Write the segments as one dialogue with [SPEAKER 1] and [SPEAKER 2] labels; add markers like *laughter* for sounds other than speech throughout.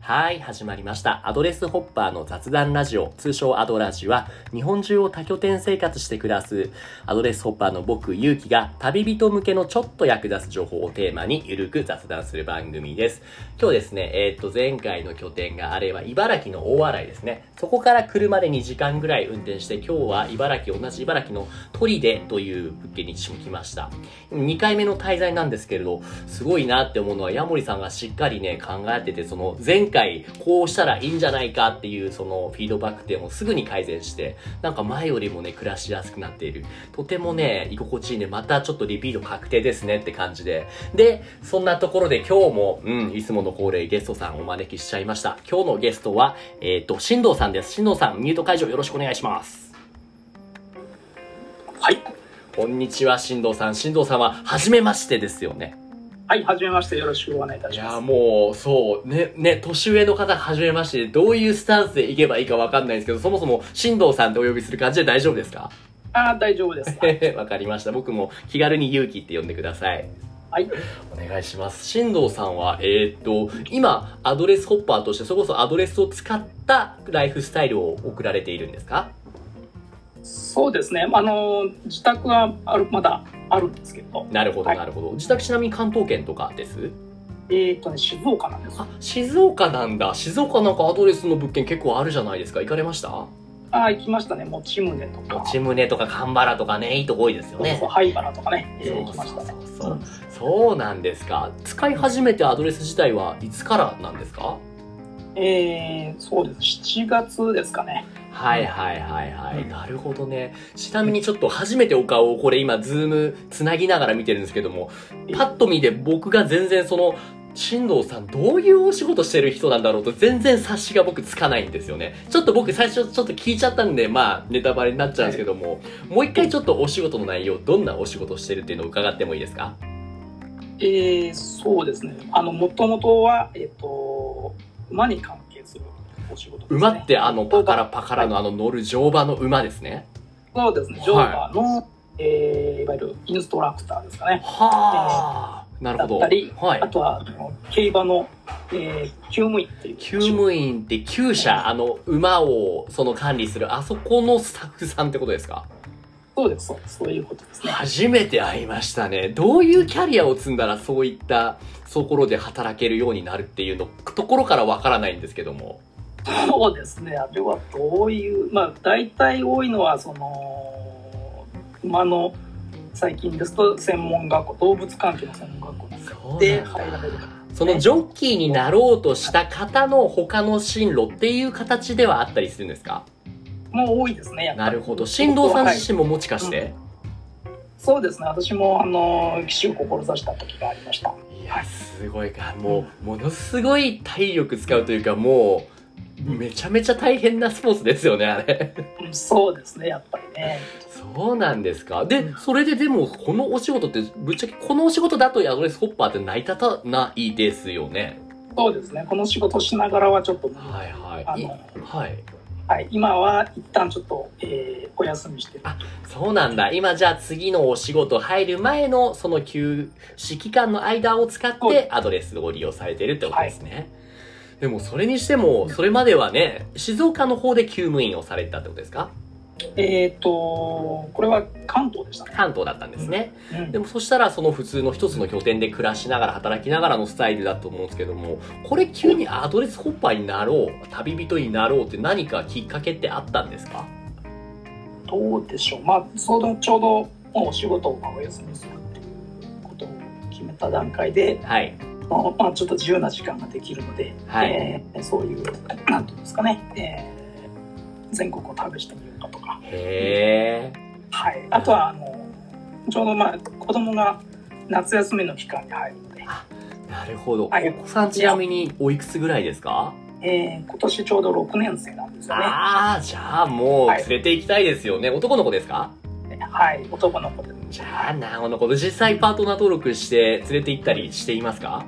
[SPEAKER 1] はい、始まりました。アドレスホッパーの雑談ラジオ、通称アドラジは、日本中を多拠点生活して暮らす、アドレスホッパーの僕、ゆうきが、旅人向けのちょっと役立つ情報をテーマに、ゆるく雑談する番組です。今日ですね、えーっと、前回の拠点があれは、茨城の大洗ですね。そこから車で2時間ぐらい運転して、今日は茨城、同じ茨城の鳥出という物件に来ました。2回目の滞在なんですけれど、すごいなって思うのは、ヤモリさんがしっかりね、考えてて、その前回こうしたらいいんじゃないかっていうそのフィードバック点をすぐに改善して、なんか前よりもね、暮らしやすくなっている。とてもね、居心地いいね、またちょっとリピート確定ですねって感じで。で、そんなところで今日も、うん、いつもの恒例ゲストさんお招きしちゃいました。今日のゲストは、えっ、と、新藤さんです。新藤さん、ミュート解除よろしくお願いします。
[SPEAKER 2] はい。
[SPEAKER 1] こんにちは、新藤さん。新藤さんは、初めましてですよね。
[SPEAKER 2] はい、はじめまして。よろしくお願いいた
[SPEAKER 1] い
[SPEAKER 2] し
[SPEAKER 1] や
[SPEAKER 2] ま
[SPEAKER 1] ー
[SPEAKER 2] す。
[SPEAKER 1] もう、そう、ね、ね、年上の方、初めましてで、どういうスタンスで行けばいいかわかんないんですけど、そもそも、新藤さんってお呼びする感じで大丈夫ですか *laughs*
[SPEAKER 2] ああ、大丈夫です。
[SPEAKER 1] わかりました。僕も気軽に勇気って呼んでください。
[SPEAKER 2] はい。
[SPEAKER 1] お願いします。新藤さんは、えーっと、今、アドレスホッパーとして、それこそアドレスを使ったライフスタイルを送られているんですか
[SPEAKER 2] そうですね。まああのー、自宅はある、まだあるんですけど、
[SPEAKER 1] なるほど、
[SPEAKER 2] はい
[SPEAKER 1] なるほど。自宅ちなみに関東圏とかです
[SPEAKER 2] えっ、とね、静岡なんです。
[SPEAKER 1] あ、静岡なんだ。静岡なんかアドレスの物件結構あるじゃないですか。行かれました
[SPEAKER 2] ああ、行きましたね。もちむねと
[SPEAKER 1] も
[SPEAKER 2] か、
[SPEAKER 1] ちむねとかかんばらとかね、いいとこ多いですよね。
[SPEAKER 2] 灰原とかね、えー
[SPEAKER 1] そう
[SPEAKER 2] 行き
[SPEAKER 1] そ
[SPEAKER 2] ま
[SPEAKER 1] う
[SPEAKER 2] し
[SPEAKER 1] そ
[SPEAKER 2] た
[SPEAKER 1] う
[SPEAKER 2] ね。
[SPEAKER 1] そう。そうなんですか。使い始めてアドレス自体はいつからなんですか
[SPEAKER 2] えー、そうです。7月ですかね。
[SPEAKER 1] はいはいはいはい、
[SPEAKER 2] うん
[SPEAKER 1] なるほどね。ちなみにちょっと初めてお顔をこれ今ズームつなぎながら見てるんですけども、パッと見て僕が全然その、新藤さんどういうお仕事してる人なんだろうと全然察しが僕つかないんですよね。ちょっと僕最初ちょっと聞いちゃったんで、まあネタバレになっちゃうんですけども、もう一回ちょっとお仕事の内容、どんなお仕事してるっていうのを伺ってもいいですか
[SPEAKER 2] えー、そうですね。あの、もともとは、えっ、と、馬に関係するお仕事です、ね。
[SPEAKER 1] 馬ってあのパカラパカラのあの乗る乗馬の馬ですね。
[SPEAKER 2] そうですね。ジョーカーの、えー、いわゆるインストラクターですかね。
[SPEAKER 1] はあ。なるほど。
[SPEAKER 2] だったり
[SPEAKER 1] はい
[SPEAKER 2] あ。とは、あの競馬の、えー、厩務員っていう。
[SPEAKER 1] 厩務員って厩舎、あの、馬をその管理する、あそこのスタッフさんってことですか
[SPEAKER 2] そうです、そうですそういうことですね。
[SPEAKER 1] 初めて会いましたね。どういうキャリアを積んだらそういったところで働けるようになるっていうの、ところからわからないんですけども。
[SPEAKER 2] そうですね。あれはどういう、まあ、大体多いのは、その、馬の、最近ですと、専門学校、動物関係の専門学校なんか
[SPEAKER 1] そ
[SPEAKER 2] で入られる。
[SPEAKER 1] そのジョッキーになろうとした方の他の進路っていう形ではあったりするんですか
[SPEAKER 2] もう多いですね、やっぱり
[SPEAKER 1] なるほど。新藤さん
[SPEAKER 2] はい
[SPEAKER 1] 自身ももしかして、
[SPEAKER 2] そうですね。私も、あの、騎士を志した時がありました。
[SPEAKER 1] いや、すごいか。もう、ものすごい体力使うというか、もう、めちゃめちゃ大変なスポーツですよね、あれ。
[SPEAKER 2] うんそうですね、やっぱりね。
[SPEAKER 1] そうなんですか。で、それででも、このお仕事って、ぶっちゃけ、このお仕事だとアドレスホッパーって成り立たないですよね。
[SPEAKER 2] そうですね。この仕事しながらはちょっと無理、
[SPEAKER 1] はいは
[SPEAKER 2] あ
[SPEAKER 1] い。い
[SPEAKER 2] の
[SPEAKER 1] はい。
[SPEAKER 2] はい、今は一旦ちょっと、えーお休みしてる。
[SPEAKER 1] そうなんだ。今、じゃあ次のお仕事入る前の、その休止期間の間を使っ
[SPEAKER 2] は
[SPEAKER 1] て、アドレスを利用されてるってことですね。でも、それにしても、それまではね、静岡の方で厩務員をされてたってことですか
[SPEAKER 2] えっ、と、これは関東でしたね。
[SPEAKER 1] 関東だったんですね。
[SPEAKER 2] うん
[SPEAKER 1] でもそしたらその普通の一つの拠点で暮らしながら働きながらのスタイルだと思うんですけども、これ急にアドレスホッパーになろう、旅人になろうって何かきっかけってあったんですか
[SPEAKER 2] どうでしょう。まあ、そのちょうどもうお仕事をお休みするっていうことを決めた段階で、
[SPEAKER 1] はい。
[SPEAKER 2] まあ、まあちょっと自由な時間ができるので、
[SPEAKER 1] はい
[SPEAKER 2] えーそういう、なんていうんですかね、えー全国を旅してみようかとか、
[SPEAKER 1] へー。
[SPEAKER 2] はい、あとはあのちょうど、まあ、子供が夏休みの期間に入るので、
[SPEAKER 1] なるほど。
[SPEAKER 2] はい
[SPEAKER 1] お子さんちなみにおいくつぐらいですか
[SPEAKER 2] えー今年ちょうど6年生なんですよね。
[SPEAKER 1] ああ、じゃあもう連れて行きたいですよね。男の子ですか
[SPEAKER 2] はい、男の子で。
[SPEAKER 1] じゃあなおのこと実際パートナー登録して連れて行ったりしていますか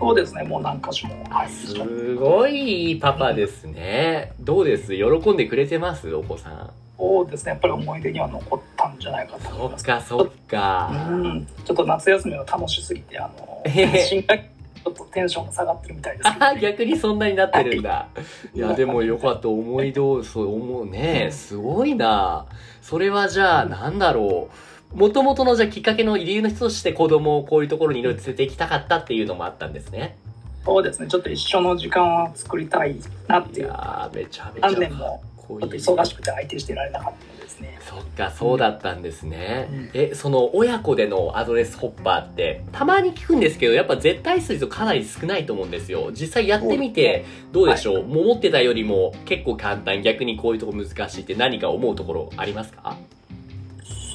[SPEAKER 2] そうですね、もう何箇所も。はい、
[SPEAKER 1] すごいいいパパですね。どうです喜んでくれてますお子さん。
[SPEAKER 2] そうですね、やっぱり思い出には残ったんじゃないかと思
[SPEAKER 1] そ
[SPEAKER 2] いま
[SPEAKER 1] っ
[SPEAKER 2] す。
[SPEAKER 1] かそっ
[SPEAKER 2] う
[SPEAKER 1] か。
[SPEAKER 2] ん、ちょっと夏休みが楽しすぎて、あの、
[SPEAKER 1] へへ
[SPEAKER 2] 新学ちょっとテンションが下がってるみたいですけど
[SPEAKER 1] あー逆にそんなになってるんだ。いや、でもよかった。思い通り、そう思うね。すごいな。それはじゃあ、なんだろう。もともとのじゃあきっかけの理由の一つとして子供をこういうところにいろいろ連れて行きたかったっていうのもあったんですね。
[SPEAKER 2] そうですねちょっと一緒の時間を作りたいなっ
[SPEAKER 1] い
[SPEAKER 2] ていう
[SPEAKER 1] やー、めちゃめちゃ
[SPEAKER 2] 何年も
[SPEAKER 1] こ
[SPEAKER 2] ちょっと忙しくて相手してられなかったですね
[SPEAKER 1] そっかそうだったんですね、
[SPEAKER 2] うん
[SPEAKER 1] えその親子でのアドレスホッパーってたまに聞くんですけどやっぱ絶対数とかなり少ないと思うんですよ実際やってみてどうでしょう、もう思ってたよりも結構簡単逆にこういうとこ難しいって何か思うところありますか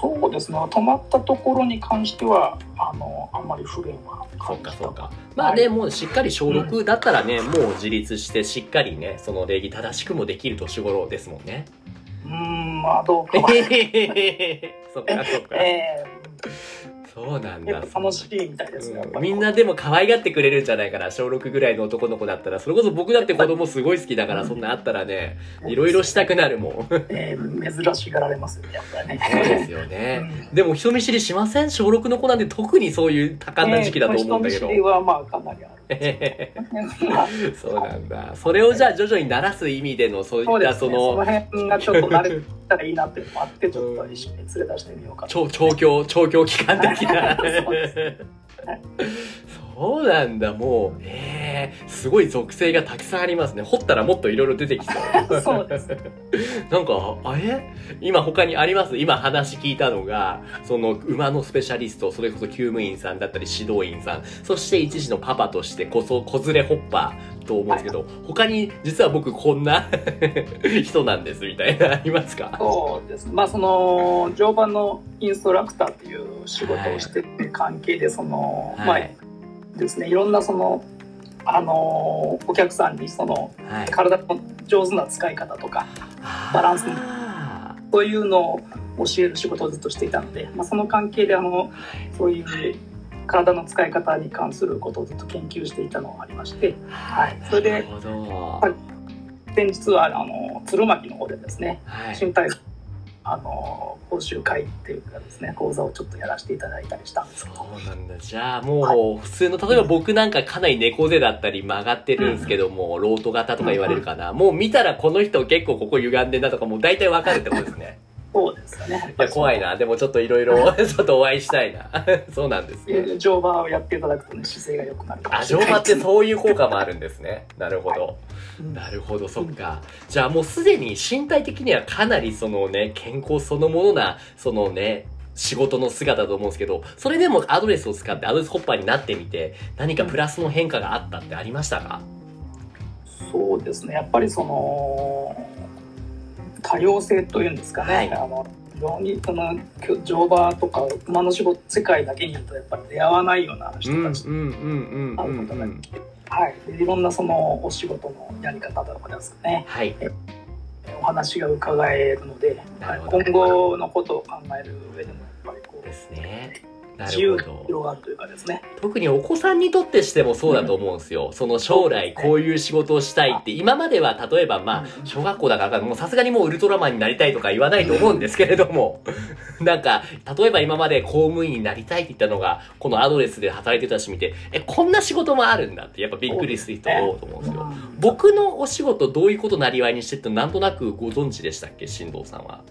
[SPEAKER 2] そうですね泊まったところに関してはあのあんまり不便は
[SPEAKER 1] そ
[SPEAKER 2] 感
[SPEAKER 1] う
[SPEAKER 2] じ
[SPEAKER 1] か
[SPEAKER 2] た
[SPEAKER 1] そうかまあね、もうしっかり小6だったらね、もう自立してしっかりねその礼儀正しくもできる年頃ですもん *laughs* ね
[SPEAKER 2] うーんまあどうか
[SPEAKER 1] え
[SPEAKER 2] は
[SPEAKER 1] へへへへそっかそっか
[SPEAKER 2] え
[SPEAKER 1] そうなん
[SPEAKER 2] えや
[SPEAKER 1] だ
[SPEAKER 2] っぱ楽しいみたいですねやっぱり
[SPEAKER 1] みんなでも可愛がってくれるんじゃないかな小6ぐらいの男の子だったらそれこそ僕だって子供すごい好きだからそんなあったらねいろいろしたくなるもんそ
[SPEAKER 2] えー珍しがられますよねやっぱり
[SPEAKER 1] う
[SPEAKER 2] ね
[SPEAKER 1] ですよ *laughs* ねでも人見知りしません小6の子なんて特にそういう多感な時期だと思うんだけど
[SPEAKER 2] えー人見知りはまあかなりある
[SPEAKER 1] *laughs* そうなんだそれをじゃあ徐々に慣らす意味でのそうい
[SPEAKER 2] そう
[SPEAKER 1] っ
[SPEAKER 2] で
[SPEAKER 1] た
[SPEAKER 2] す
[SPEAKER 1] そ
[SPEAKER 2] ねそ
[SPEAKER 1] の
[SPEAKER 2] の辺がちょっと慣れてきたらいいなっていうのもあってちょっと一緒に連れ出してみようか
[SPEAKER 1] 調
[SPEAKER 2] と
[SPEAKER 1] 調教調教期間的な
[SPEAKER 2] *laughs* そう
[SPEAKER 1] そうなんだもうえー、すごい属性がたくさんありますね掘ったらもっといろいろ出てき *laughs* そう
[SPEAKER 2] そうですね
[SPEAKER 1] なんか、あれ今他にあります今話聞いたのが、その馬のスペシャリスト、それこそ厩務員さんだったり指導員さん、そして一児のパパとしてこそ、子連れホッパーと思うんですけど、他に実は僕こんな *laughs* 人なんですみたいな、ありますか
[SPEAKER 2] そうですねまあその乗馬のインストラクターっていう仕事をしてる関係でその、
[SPEAKER 1] はい。
[SPEAKER 2] まあですねいろんなそのあのお客さんにその
[SPEAKER 1] はい。
[SPEAKER 2] 体の上手な使い方とか
[SPEAKER 1] バ
[SPEAKER 2] バランスの
[SPEAKER 1] は
[SPEAKER 2] そういうのを教える仕事をずっとしていたので、まあ、その関係であの
[SPEAKER 1] い。
[SPEAKER 2] そういう体の使い方に関することをずっと研究していたのがありましてはいそれで
[SPEAKER 1] なるほど。
[SPEAKER 2] はい先日はあの鶴巻の方でですね
[SPEAKER 1] はい。
[SPEAKER 2] 新体操あの講習会っていうかですね講座をちょっとやらせていただいたりしたんですけど
[SPEAKER 1] そうなんだ。じゃあもう、普通の、例えば僕なんかかなり猫背だったり曲がってるんですけども、ロート型とか言われるかな。もう見たらこの人結構ここ歪んでんなとかもう大体わかるってことですね。
[SPEAKER 2] そうですよね
[SPEAKER 1] いや、怖いな。でもちょっといろいろ、ちょっとお会いしたいな。 *laughs* そうなんですね。
[SPEAKER 2] 乗馬をやっていただくとね姿勢が良くなるかも
[SPEAKER 1] あ、
[SPEAKER 2] し
[SPEAKER 1] 乗
[SPEAKER 2] れない
[SPEAKER 1] 馬ってそういう効果もあるんですね。なるほど。
[SPEAKER 2] うん
[SPEAKER 1] なるほど、そっか。じゃあもうすでに身体的にはかなりそのね、健康そのものな、そのね、仕事の姿だと思うんですけど、それでもアドレスを使ってアドレスホッパーになってみて、何かプラスの変化があったってありましたか
[SPEAKER 2] そうですねやっぱりその多様性というんですかね、
[SPEAKER 1] はい
[SPEAKER 2] あの非常にその乗馬とか馬の仕事世界だけにいるとやっぱり出会わないような人たち、
[SPEAKER 1] うん
[SPEAKER 2] うんうん。はい、でいろんなそのお仕事のやり方とかですかね
[SPEAKER 1] はい。
[SPEAKER 2] お話が伺えるので
[SPEAKER 1] なるほど
[SPEAKER 2] 今後のことを考える上でもやっぱりこ
[SPEAKER 1] で
[SPEAKER 2] う
[SPEAKER 1] すね。な
[SPEAKER 2] 自由
[SPEAKER 1] る
[SPEAKER 2] が
[SPEAKER 1] ほど。
[SPEAKER 2] 広がるというかですね
[SPEAKER 1] 特にお子さんにとってしてもそうだと思うんですよ。その将来こういう仕事をしたいって、今までは例えばまあ、小学校だからもうさすがにもうウルトラマンになりたいとか言わないと思うんですけれども、なんか、例えば今まで公務員になりたいって言ったのが、このアドレスで働いてた人見て、え、こんな仕事もあるんだってやっぱびっくりする人多いと思うんですよ。
[SPEAKER 2] う
[SPEAKER 1] *laughs*
[SPEAKER 2] ん
[SPEAKER 1] 僕のお仕事どういうことなりわいにしてってなんとなくご存知でしたっけ新藤さん *laughs* は。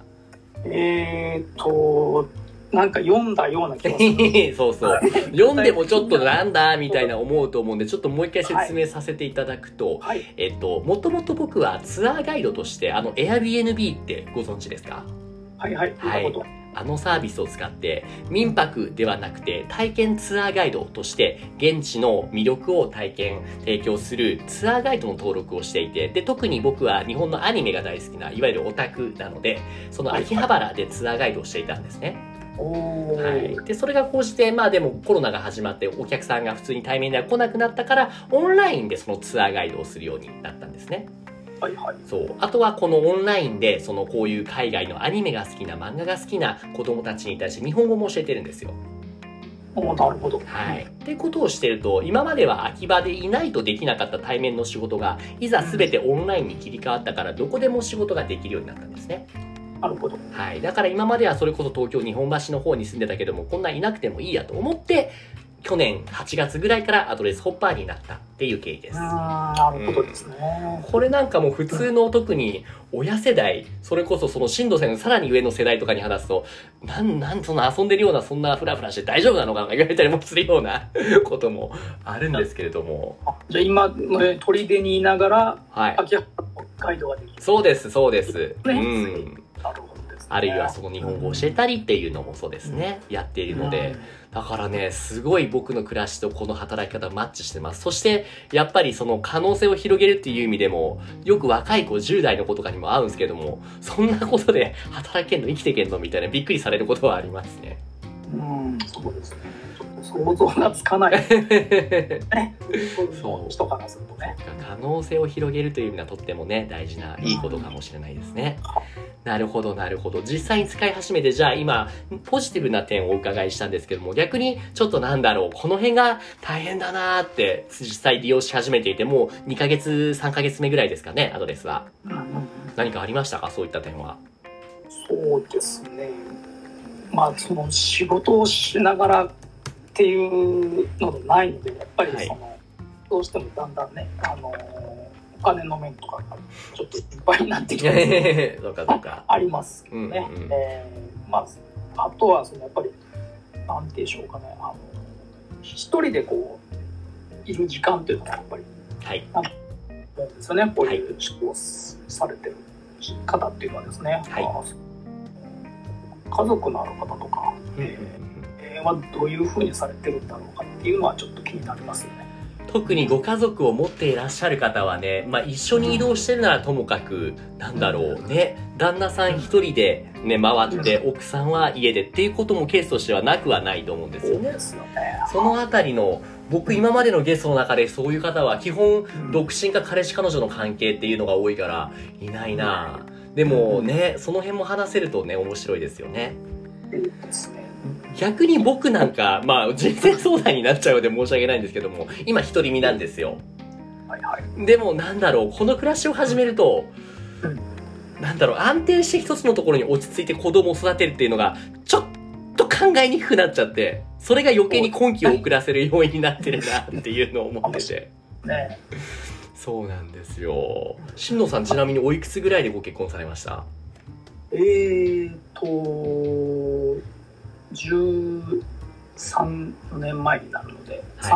[SPEAKER 2] えーっとなんか読んだような気
[SPEAKER 1] *laughs*
[SPEAKER 2] がする
[SPEAKER 1] そうそう。読んでもちょっとなんだみたいな思うと思うんで、ちょっともう一回説明させていただくと、
[SPEAKER 2] はい
[SPEAKER 1] えっと、もともと僕はツアーガイドとして、あの、Airbnb ってご存知ですか
[SPEAKER 2] はいはい聞いたことは
[SPEAKER 1] あのサービスを使って、民泊ではなくて、体験ツアーガイドとして、現地の魅力を体験、提供するツアーガイドの登録をしていて、で、特に僕は日本のアニメが大好きな、いわゆるオタクなので、その秋葉原でツアーガイドをしていたんですね。
[SPEAKER 2] おー
[SPEAKER 1] はい、でそれがこうしてまあでもコロナが始まってお客さんが普通に対面では来なくなったからオンラインでそのツアーガイドをするようになったんですね
[SPEAKER 2] はいはい
[SPEAKER 1] そうあとはこのオンラインでそのこういう海外のアニメが好きな漫画が好きな子供たちに対して日本語も教えてるんですよ
[SPEAKER 2] おーなるほど
[SPEAKER 1] はい。ってことをしてると、今までは秋葉でいないとできなかった対面の仕事が、いざ全てオンラインに切り替わったから、どこでも仕事ができるようになったんですね。
[SPEAKER 2] なるほど
[SPEAKER 1] はい。だから今まではそれこそ東京日本橋の方に住んでたけども、こんなんいなくてもいいやと思って、去年8月ぐらいからアドレスホッパーになったっていう経緯です。
[SPEAKER 2] なるほどですね。
[SPEAKER 1] これなんかもう普通の特に親世代、それこそその進藤さんのさらに上の世代とかに話すと、なん、なん、そんな遊んでるような、そんなフラフラして大丈夫なのかなんか言われたりもするようなこともあるんですけれども。
[SPEAKER 2] あじゃあ今、ね、取手にいながら、
[SPEAKER 1] はい。
[SPEAKER 2] 秋葉北海道ができる。
[SPEAKER 1] そうです、そうです。う
[SPEAKER 2] ね
[SPEAKER 1] ん。
[SPEAKER 2] なるほどですね。
[SPEAKER 1] あるいはその日本語を教えたりっていうのもそうですね、やっているので、だからね、すごい僕の暮らしとこの働き方マッチしてます。そして、やっぱりその可能性を広げるっていう意味でも、よく若い子、10代の子とかにも合うんですけども、そんなことで働けんの生きてけんのみたいなびっくりされることはありますね。
[SPEAKER 2] うん、うんそうですね。ちょっと想像がつかないね。
[SPEAKER 1] *laughs* そう
[SPEAKER 2] 人からするとね。
[SPEAKER 1] 可能性を広げるという意味はとってもね大事ないいことかもしれないですね。なるほどなるほど実際に使い始めてじゃあ今ポジティブな点をお伺いしたんですけども逆にちょっとなんだろうこの辺が大変だなーって実際利用し始めていてもう2ヶ月3ヶ月目ぐらいですかねアドレスは
[SPEAKER 2] うんうん
[SPEAKER 1] 何かありましたかそういった点は。
[SPEAKER 2] そうですね。まあその仕事をしながらっていうのでないので、やっぱりその、どうしてもだんだんね、あのお金の面とかがちょっといっぱいになってき
[SPEAKER 1] *laughs*
[SPEAKER 2] て、
[SPEAKER 1] そうかそうか。
[SPEAKER 2] ありますけどね。
[SPEAKER 1] うんうん
[SPEAKER 2] えーまああとはそのやっぱりなんていうんでしょうかね、あの一人でこういる時間というのはやっぱり
[SPEAKER 1] はい
[SPEAKER 2] 思うんですよね。こういう仕事をされてる方っていうのはですね。
[SPEAKER 1] はい
[SPEAKER 2] まあ家族のある方とか、えーはどういうふうにされてるんだろうかっていうのはちょっと気になりますよね。
[SPEAKER 1] 特にご家族を持っていらっしゃる方はね、まあ、一緒に移動してるならともかくなんだろうね旦那さん一人で、ね、回って奥さんは家でっていうこともケースとしてはなくはないと思うんですよね。
[SPEAKER 2] ですよね。
[SPEAKER 1] そのあたりの僕今までのゲストの中でそういう方は基本独身か彼氏彼女の関係っていうのが多いからいないなでもねその辺も話せるとね面白いですよね。
[SPEAKER 2] ですね。
[SPEAKER 1] 逆に僕なんか、まあ、人生相談になっちゃうので申し訳ないんですけども、今一人身なんですよ。
[SPEAKER 2] はいはい。
[SPEAKER 1] でもなんだろうこの暮らしを始めると、
[SPEAKER 2] うん
[SPEAKER 1] なんだろう安定して一つのところに落ち着いて子供を育てるっていうのがちょっと考えにくくなっちゃってそれが余計に根気を遅らせる要因になってるなっていうのを思ってて
[SPEAKER 2] ね。
[SPEAKER 1] そうなんですよ新野さんちなみにおいくつぐらいでご結婚されました
[SPEAKER 2] えーと、13年前になるので、
[SPEAKER 1] はい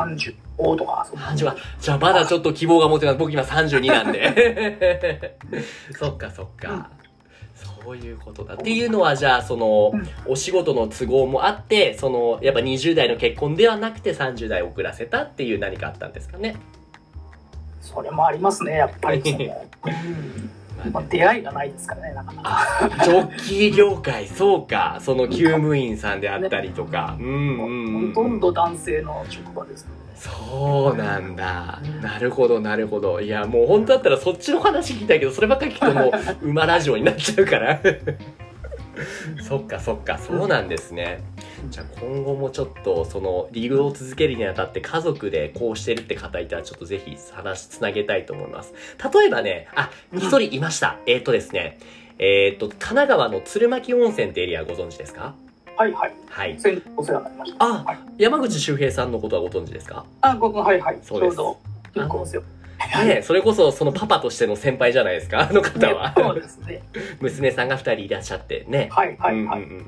[SPEAKER 2] 35とか、そんな
[SPEAKER 1] 30はじゃあまだちょっと希望が持てない僕今32なんで *laughs* そっかそっか、そういうことだっていうのはじゃあその
[SPEAKER 2] うん
[SPEAKER 1] お仕事の都合もあってそのやっぱ20代の結婚ではなくて30代遅らせたっていう何かあったんですかね、
[SPEAKER 2] それもありますね、やっぱ
[SPEAKER 1] *laughs*
[SPEAKER 2] りその。うんまあ、出会いがないですからね、なかなか。
[SPEAKER 1] あジョッキー業界そうかその救務員さんであったりとかうんうん
[SPEAKER 2] ほ
[SPEAKER 1] う
[SPEAKER 2] と
[SPEAKER 1] ん
[SPEAKER 2] んど男性の職場ですので。
[SPEAKER 1] そうなんだ。なるほど、なるほど。いや、もう本当だったらそっちの話聞きたいけど、そればっかり聞くともう、馬ラジオになっちゃうから。 *laughs* そっか、そっか、そうなんですね。じゃあ今後もちょっと、その、リーグを続けるにあたって家族でこうしてるって方いたら、ちょっとぜひ話つなげたいと思います。例えばね、あ、一人いました。えっ、ー、とですね、えっ、と、神奈川の鶴巻温泉ってエリアご存知ですか
[SPEAKER 2] はいはい。
[SPEAKER 1] はい。
[SPEAKER 2] 先お世話になりました。
[SPEAKER 1] あ、山口周平さんのことはご存知ですか
[SPEAKER 2] あ、ごくはいはい。ち
[SPEAKER 1] そう
[SPEAKER 2] ょ
[SPEAKER 1] で
[SPEAKER 2] う
[SPEAKER 1] す
[SPEAKER 2] ど、結婚ですよ。
[SPEAKER 1] ねえ、それこそそのパパとしての先輩じゃないですかあの方は
[SPEAKER 2] そうですね。
[SPEAKER 1] *laughs* 娘さんが2人いらっしゃってね、
[SPEAKER 2] はいはいは
[SPEAKER 1] う
[SPEAKER 2] い。
[SPEAKER 1] んうん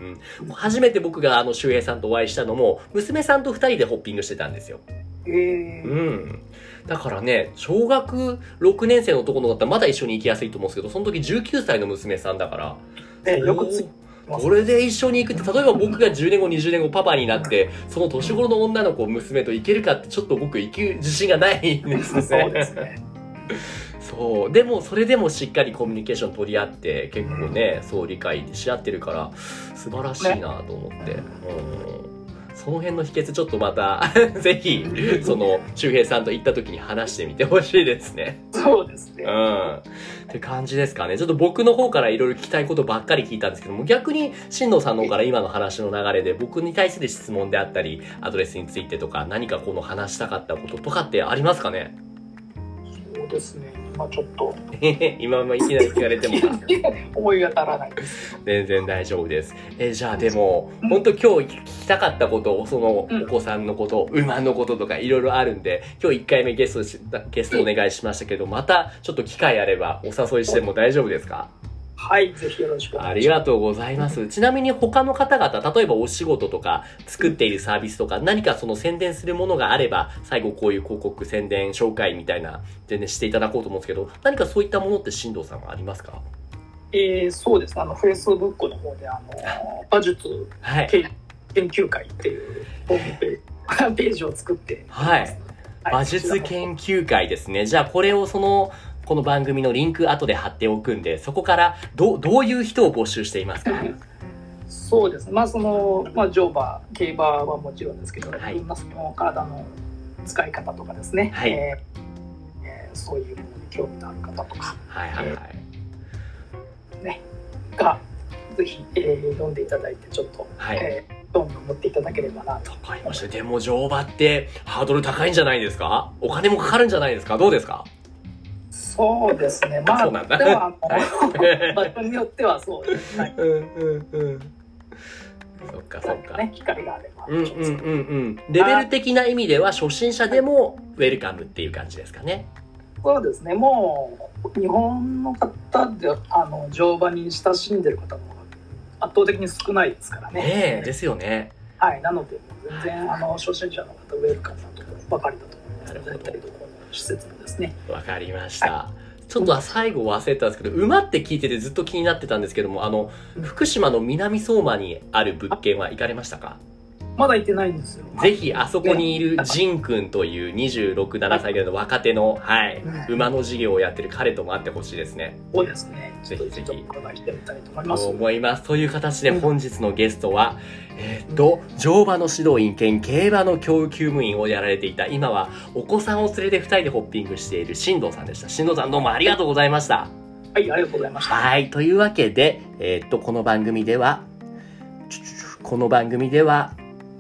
[SPEAKER 1] うんうん、初めて僕があの周平さんとお会いしたのも娘さんと2人でホッピングしてたんですよ、
[SPEAKER 2] え
[SPEAKER 1] う
[SPEAKER 2] ー、
[SPEAKER 1] ん、だからね小学6年生の男の子だったらまだ一緒に行きやすいと思うんですけどその時19歳の娘さんだから
[SPEAKER 2] えよくついてます
[SPEAKER 1] こ。れで一緒に行くって例えば僕が10年後20年後パパになってその年頃の女の子娘と行けるかってちょっと僕行く自信がないんですね
[SPEAKER 2] そうですね。
[SPEAKER 1] そうでもそれでもしっかりコミュニケーション取り合って結構ね、そう理解し合ってるから素晴らしいなと思って、うん、その辺の秘訣ちょっとまた *laughs* ぜひその周平さんと行った時に話してみてほしいですね。
[SPEAKER 2] そうですね
[SPEAKER 1] う。ん、って感じですかねちょっと僕の方からいろいろ聞きたいことばっかり聞いたんですけども逆に進藤さんの方から今の話の流れで僕に対する質問であったりアドレスについてとか何かこの話したかったこととかってありますかね
[SPEAKER 2] そうですね。まあ、ちょっと
[SPEAKER 1] *laughs* 今もいきなり聞かれてもな
[SPEAKER 2] *laughs* 思い当たらないです。
[SPEAKER 1] 全然大丈夫です。えじゃあでも、本当今日聞きたかったこと、そのお
[SPEAKER 2] うん
[SPEAKER 1] 子さんのこと、馬のこととかいろいろあるんで、今日1回目ゲストしゲストお願いしましたけど、またちょっと機会あればお誘いしても大丈夫ですか
[SPEAKER 2] はい、ぜひよろしくお
[SPEAKER 1] あ
[SPEAKER 2] 願い
[SPEAKER 1] り
[SPEAKER 2] します。
[SPEAKER 1] がとうございます。ちなみに他の方々、例えばお仕事とか、作っているサービスとか、何かその宣伝するものがあれば、最後こういう広告宣伝紹介みたいな、全然していただこうと思うんですけど、何かそういったものって進藤さんはありますか
[SPEAKER 2] えーそうですね、あの、フェイスブックの方で、あの、馬術
[SPEAKER 1] はい。
[SPEAKER 2] 研研究会っていうホームページ *laughs* ページを作って、
[SPEAKER 1] はい。
[SPEAKER 2] はい
[SPEAKER 1] 馬術研究会ですね。じゃあこれをその、この番組のリンク後で貼っておくんで、そこからどう、どういう人を募集していますか
[SPEAKER 2] そうですね、まあその、まあ、乗馬競馬はもちろんですけど、
[SPEAKER 1] はい
[SPEAKER 2] いろんなその体の使い方とかですね、
[SPEAKER 1] はい
[SPEAKER 2] えーえーそういうものに興味のある方とか
[SPEAKER 1] はいはいはい。
[SPEAKER 2] がぜひ、えー読んでいただいてちょっと、
[SPEAKER 1] はい。
[SPEAKER 2] えー興味を持っていただければなと
[SPEAKER 1] わかりました。でも乗馬ってハードル高いんじゃないですかお金もかかるんじゃないですかどうです *laughs* か
[SPEAKER 2] そうですねま
[SPEAKER 1] そうなんだ
[SPEAKER 2] あでもあの、
[SPEAKER 1] はい
[SPEAKER 2] *laughs* 場所によってはそうですね、はい
[SPEAKER 1] うんうんうん。そっかそっか。
[SPEAKER 2] ね機会があれば、
[SPEAKER 1] うんうんうんうん。レベル的な意味では初心者でもウェルカムっていう感じですかね。
[SPEAKER 2] そうですねもう日本の方であの乗馬に親しんでる方の方が圧倒的に少ないですからね
[SPEAKER 1] ねえ、ですよね。
[SPEAKER 2] はい、なので、全然あの初心者の方、ウェルカムなところばかりだと思いま
[SPEAKER 1] な
[SPEAKER 2] す。
[SPEAKER 1] るほど
[SPEAKER 2] だったりとかの施設もですね。
[SPEAKER 1] わかりました。ちょっと最後忘れてたんですけど、馬って聞いててずっと気になってたんですけども、あの、福島の南相馬にある物件は行かれましたか
[SPEAKER 2] まだ行ってないんですよ。
[SPEAKER 1] ぜひあそこにいるジンくんという26、7歳ぐらいの若手の、はい、馬の事業をやってる彼とも会ってほしいですね。
[SPEAKER 2] そうですね。ち
[SPEAKER 1] ぜ
[SPEAKER 2] ょっ
[SPEAKER 1] ひ
[SPEAKER 2] と
[SPEAKER 1] ぜ
[SPEAKER 2] 一
[SPEAKER 1] ひ
[SPEAKER 2] 度お伺いしてみたいと思い
[SPEAKER 1] と
[SPEAKER 2] ます。
[SPEAKER 1] 思います。という形で本日のゲストは、えーっと、乗馬の指導員兼競馬の教務員をやられていた、今はお子さんを連れて二人でホッピングしている新藤さんでした。新藤さんどうもありがとうございました。
[SPEAKER 2] はい、ありがとうございました。
[SPEAKER 1] はい。というわけで、えーっと、この番組では、ちょちょちょこの番組では、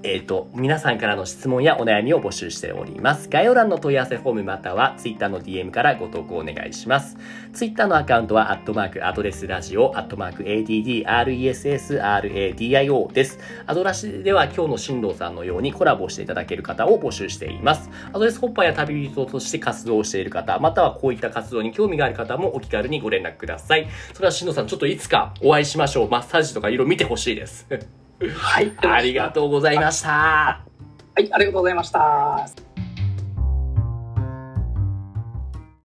[SPEAKER 1] えーっと、皆さんからの質問やお悩みを募集しております。概要欄の問い合わせフォームまたは、ツイッターの DM からご投稿お願いします。ツイッターのアカウントは、アットマーク、アドレスラジオ、アットマーク、ADDRESSRADIO です。アドラシでは、今日の新藤さんのようにコラボしていただける方を募集しています。アドレスホッパーや旅人として活動をしている方、またはこういった活動に興味がある方もお気軽にご連絡ください。それは新藤さん、ちょっといつかお会いしましょう。マッサージとかいろいろ見てほしいです。
[SPEAKER 2] はい、
[SPEAKER 1] ありがとうございました。
[SPEAKER 2] はい、ありがとうございました。